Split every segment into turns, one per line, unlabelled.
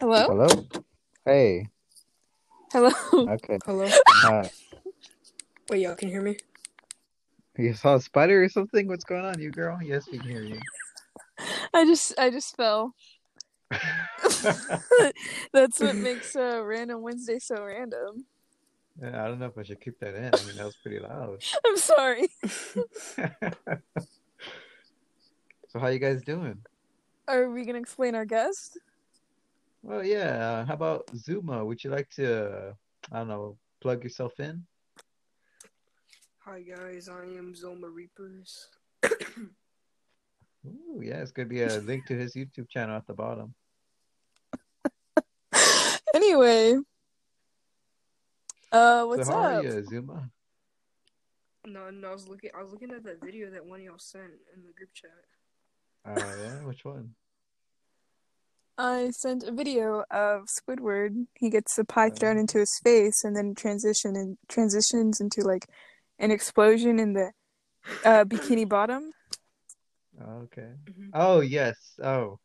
Hello?
Hello. Hey.
Hello?
Okay.
Hello.
Uh,
Wait, y'all can hear me?
you saw a spider or something? What's going on, you girl? Yes, we can hear you.
I just I just fell. That's what makes uh, random Wednesday so random.
Yeah, Uh, I don't know if I should keep that in. I mean, that was pretty loud.
I'm sorry.
so, how you guys doing?
Are we gonna explain our guest?
Well, yeah. uh, How about Zuma? Would you like to, uh, I don't know, plug yourself in?
Hi guys, I am Zoma Reapers.
Ooh, yeah. It's gonna be a link to his YouTube channel at the bottom.
Anyway. Uh
So
what's
how
up?
are you, Zuma?
No, no, I was looking. I was looking at that video that one of y'all sent in the group chat.
Uh, yeah. Which one?
I sent a video of Squidward. He gets the pie
Uh-huh.
thrown into his face and then transition and transitions into like an explosion in the uh, bikini bottom.
okay.
Mhm.
Oh yes. Oh,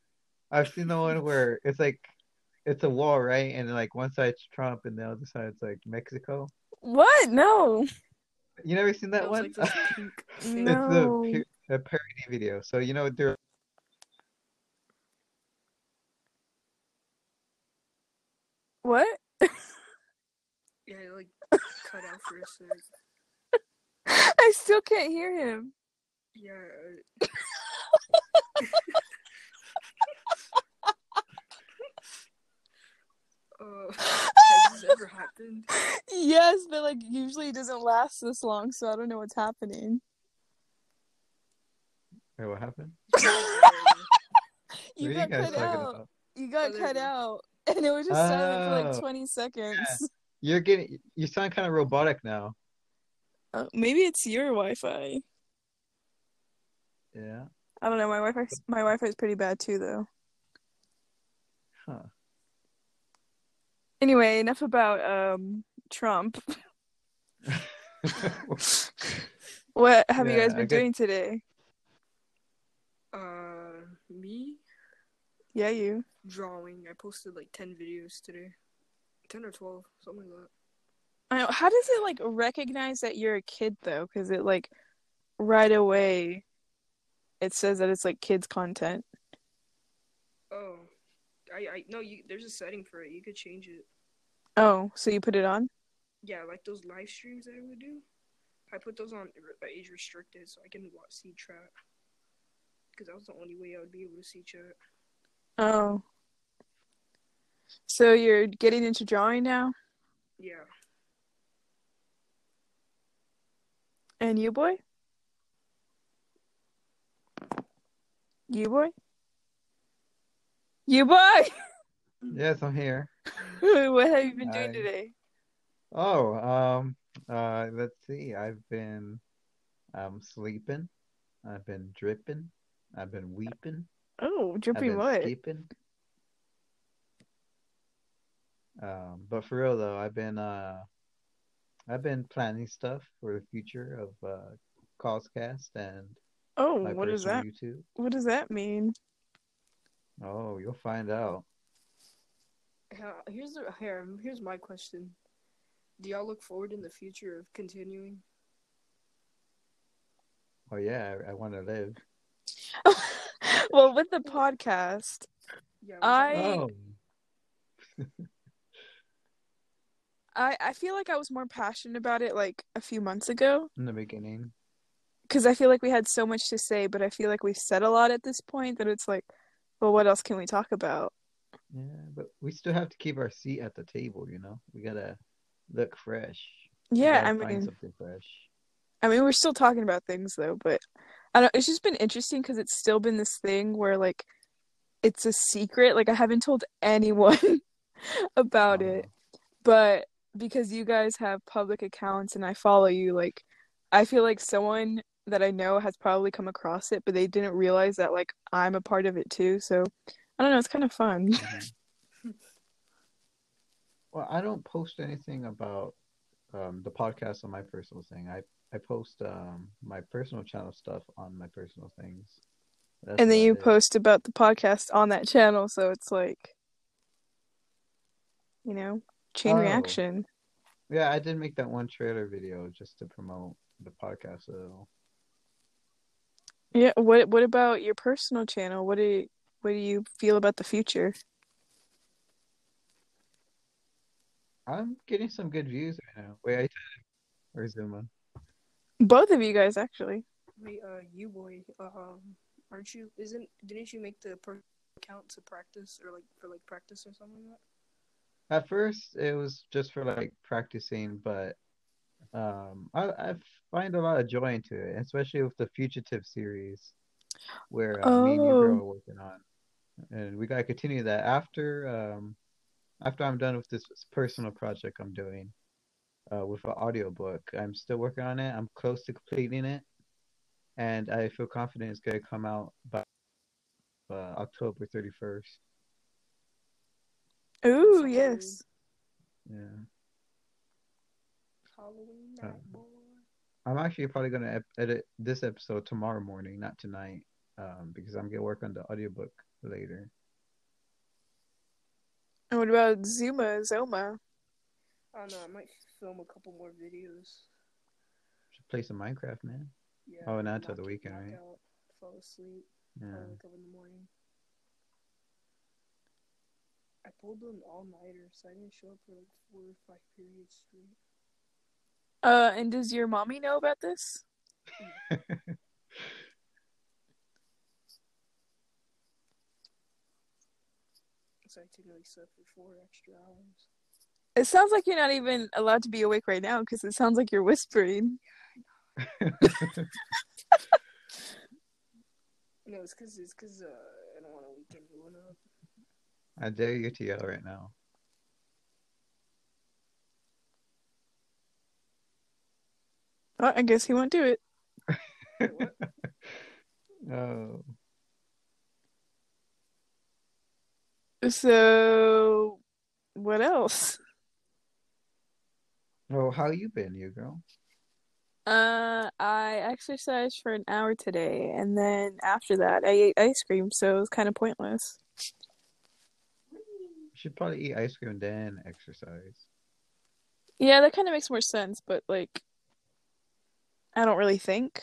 I've seen the one where it's like it's a wall, right? And like one side's Trump and the other side's like Mexico.
What? No.
You never seen that
That was
one?
like this pink thing.
No.
It's a, pu- a parody video. So you know they're
What?
Yeah, it, like cut out for a sec.
I still can't hear him.
Yeah, uh, uh, has this ever happened?
Yes, but like usually it doesn't last this long, so I don't know what's happening.
Wait, what happened?
You
What are
got cut
talking
out.
about?
You got
Oh, there
cut
you go.
out. And it was just silent for like
Oh.
20 seconds.
You're getting you sound kind of robotic now.
Uh, maybe it's your Wi-Fi.
Yeah.
I don't know. My Wi-Fi, my Wi-Fi is pretty bad too, though.
Huh.
Anyway, enough about um Trump. What have you
Yeah,
guys
I
been
guess-
doing today?
Uh, me
Yeah, you.
drawing. I posted like ten videos today, ten or twelve, something like that.
I know. How does it like recognize that you're a kid though? Because it like right away, it says that it's like kids content.
Oh, I I no. You there's a setting for it. You could change it.
Oh, so you put it on?
Yeah, like those live streams that I would do. I put those on r- age restricted so I can watch see chat. Because that was the only way I would be able to see chat.
Oh. So you're getting into drawing now?
Yeah.
And you boy? You boy? You boy!
Yes, I'm here.
what have you been doing
Hi.
today?
Oh, um, uh, let's see. I've been, I'm sleeping. I've been dripping. I've been weeping.
Oh,
I've
dripping
been
what?
sleeping. Um, but for real though, I've been, uh, I've been planning stuff for the future of uh, Causecast and
Oh,
my
what is
personal
that?
YouTube.
What does that mean?
Oh, you'll find out.
Ha- Here's the here, here's my question. Do y'all look forward in the future of continuing?
Oh yeah, I, I want to live.
well, with the podcast,
Yeah. was
I-
that-
Oh,
I I feel like I was more passionate about it like a few months ago.
in the beginning.
because I feel like we had so much to say, but I feel like we've said a lot at this point that it's like, well, what else can we talk about?
Yeah, but we still have to keep our seat at the table, you know? We gotta look fresh. We
Yeah,
gotta
I
find
mean,
something fresh.
I mean, we're still talking about things though, but I don't. It's just been interesting because it's still been this thing where like, it's a secret. Like I haven't told anyone
Oh,
about
Uh-huh.
it, but because you guys have public accounts and I follow you, like, I feel like someone that I know has probably come across it, but they didn't realize that like I'm a part of it too. So I don't know. It's kind of fun.
Mhm. well, I don't post anything about um, the podcast on my personal thing. I I post um, my personal channel stuff on my personal things. That's
and then
about
you
it.
post about the podcast on that channel so it's like you know, chain
Oh.
reaction.
Yeah, I did make that one trailer video just to promote the podcast. So
Yeah. What What about your personal channel? What do you, What do you feel about the future?
I'm getting some good views right now. Wait, I or Zuma.
Both of you guys, actually.
Wait, uh, you boy, um, aren't you? Isn't didn't you make the per- account to practice or like for like practice or something like
At first, it was just for like practicing, but um, I, I find a lot of joy into it, especially with the Fugitive series, where uh, me and you girl
Oh.
are working on, and we gotta continue that after um, after I'm done with this personal project I'm doing uh, with an audiobook. I'm still working on it. I'm close to completing it, and I feel confident it's gonna come out by uh, October 31st.
Ooh,
Sounds
yes.
Yeah.
that? Halloween
Uh,
night, boy.
I'm actually probably going to ep- edit this episode tomorrow morning, not tonight, um, because I'm going to work on the audiobook later.
And what about Zuma Zoma?
I don't know. I might film a couple more videos.
Should play some Minecraft, man.
Yeah.
Oh, not till the
knock-
weekend,
knock
right?
out, fall asleep. I
Yeah.
wake up in the morning. I pulled an all nighter, so I didn't show up for like four or five periods straight.
Uh, and does your mommy know about this?
So I technically slept for four extra hours.
It sounds like you're not even allowed to be awake right now because it sounds like you're whispering.
No, it's cause it's cause uh, I don't want to wake anyone up.
I dare you to yell right now.
Oh, I guess he won't do it.
Wait, what?
Oh,
So, what else?
well, oh, how you been, you girl?
Uh, I exercised for an hour today, and then after that, I ate ice cream, so it was kind of pointless.
Should probably eat ice cream then exercise.
Yeah, that kind of makes more sense, but like, I don't really think.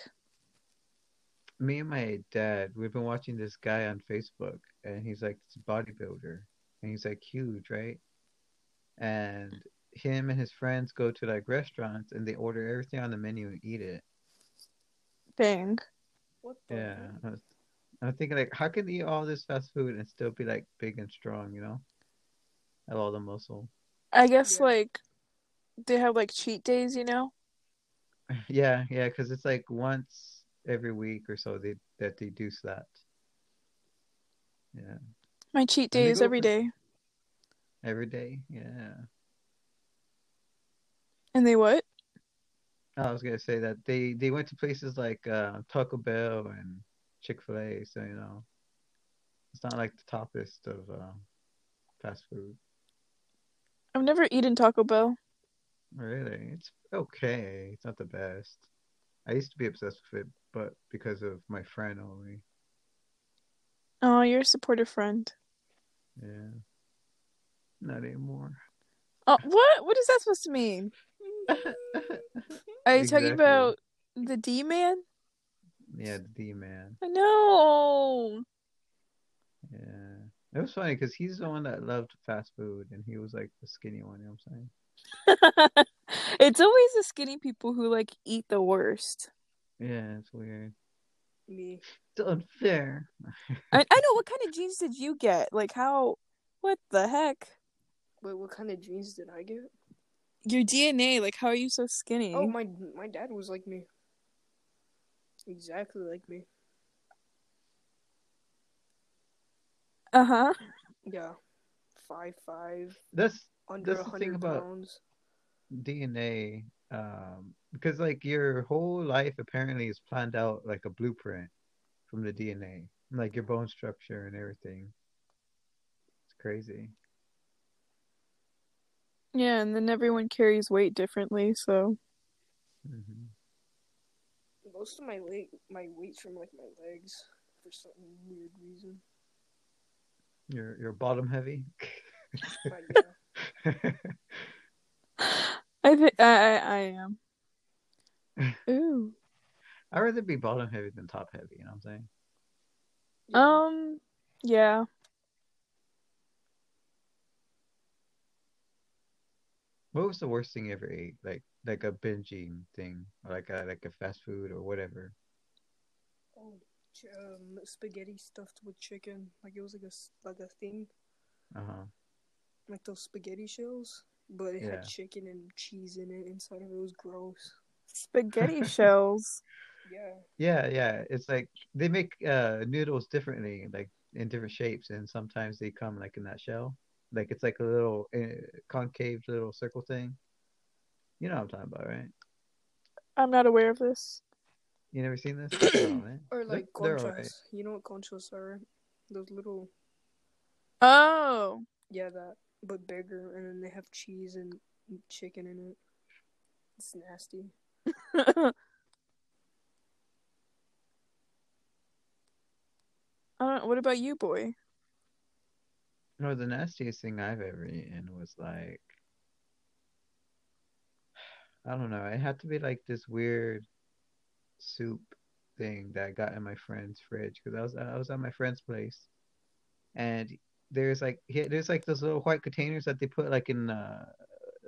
Me and my dad, we've been watching this guy on Facebook, and he's like this bodybuilder, and he's like huge, right? And him and his friends go to like restaurants, and they order everything on the menu and eat it.
Dang.
What the?
Yeah,
heck?
I was, I'm thinking like, how can they eat all this fast food and still be like big and strong? You know, have all the muscle.
I guess
Yeah.
like they have like cheat days, you know?
yeah, yeah, because it's like once every week or so they that they do that. Yeah,
My cheat
And
day
they
is
go
every
for-
day.
every day. Yeah,
And they what?
I was gonna say that they they went to places like uh, Taco Bell and Chick Fil A, so you know, it's not like the toppest of uh, fast food.
I've never eaten Taco Bell.
Really? It's okay. It's not the best. I used to be obsessed with it, but because of my friend only.
Oh, you're a supportive friend.
Yeah. Not anymore.
Oh, what? What is that supposed to mean? Are you
Exactly.
talking about the D man?
Yeah, the D man.
I know.
Yeah. It was funny because he's the one that loved fast food and he was like the skinny one, you know what I'm saying?
It's always the skinny people who like eat the worst.
Yeah, it's weird.
Me.
It's unfair.
I, I know. What kind of jeans did you get? Like how? What the heck?
Wait, what kind of jeans did I get?
Your DNA. Like how are you so skinny?
Oh, my my dad was like me. Exactly like me.
Uh huh.
Yeah, five five,
That's
under a
That's the thing
hundred
about-
pounds.
DNA. Um, because like your whole life apparently is planned out like a blueprint from the DNA, like your bone structure and everything. It's crazy.
Yeah, and then everyone carries weight differently. So
hmm
Most of my leg, my weight's from like my legs for some weird reason.
You're you're bottom heavy.
But yeah,
I think I I am. Ooh.
I'd rather be bottom heavy than top heavy. You know what I'm saying?
Um. Yeah.
What was the worst thing you ever ate? Like like a binging thing, or like a like a fast food or whatever.
Oh, ch- um, spaghetti stuffed with chicken. Like it was like a s- like a thing,
Uh huh.
like those spaghetti shells, but it
Yeah.
had chicken and cheese in it inside of it. It was gross.
Spaghetti shells.
Yeah.
Yeah, yeah. It's like they make uh noodles differently, like in different shapes, and sometimes they come like in that shell. Like it's like a little uh, concave little circle thing. You know what I'm talking about, right?
I'm not aware of this.
You never seen this? Oh, man.
Or
They're-
like
they're
conchas.
alright.
You know what conchas are? Those little
Oh.
yeah that, but bigger, and then they have cheese and chicken in it. It's nasty.
I don't, what about you, boy?
No, the nastiest thing I've ever eaten was like, I don't know. It had to be like this weird soup thing that I got in my friend's fridge because I was I was at my friend's place, and there's like he, there's like those little white containers that they put like in uh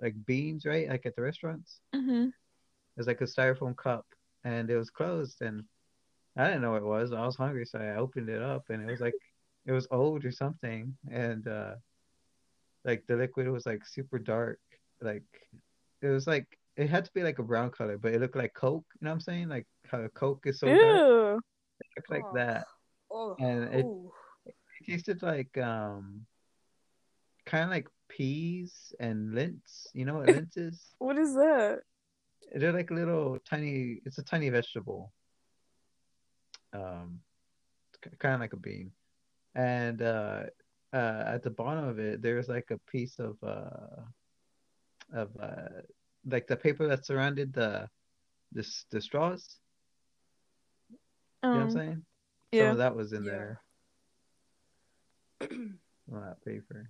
like beans, right? Like at the restaurants.
Mm-hmm.
It was like a styrofoam cup, and it was closed, and I didn't know what it was. I was hungry, so I opened it up, and it was like it was old or something, and uh, like the liquid was like super dark, like it was like it had to be like a brown color, but it looked like Coke. You know what I'm saying? Like how Coke is so dark,
Ew.
it looked like
Oh.
that.
Oh.
And it-
ooh.
It tasted like um, kind of like peas and lentils. You know what lentils? is?
What is that?
They're like little tiny. It's a tiny vegetable. Um, kind of like a bean, and uh, uh, at the bottom of it, there's like a piece of uh, of uh, like the paper that surrounded the the s- the straws. You know what I'm
Um,
saying?
yeah.
Some of that was in
Yeah.
there. Some of that paper.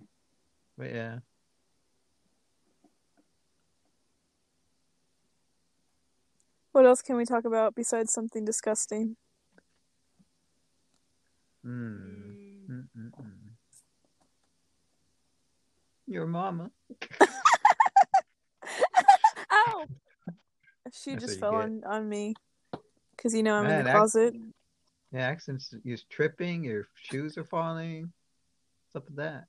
But yeah,
What else can we talk about besides something disgusting?
mm.
Mm.
Mm, mm, mm. your mama.
Ow! She
That's what
just
you
fell
get.
on, on me. Because, you know, I'm in
Man,
the
ac-
closet.
Yeah, accents. You're tripping. Your shoes are falling. What's up with that?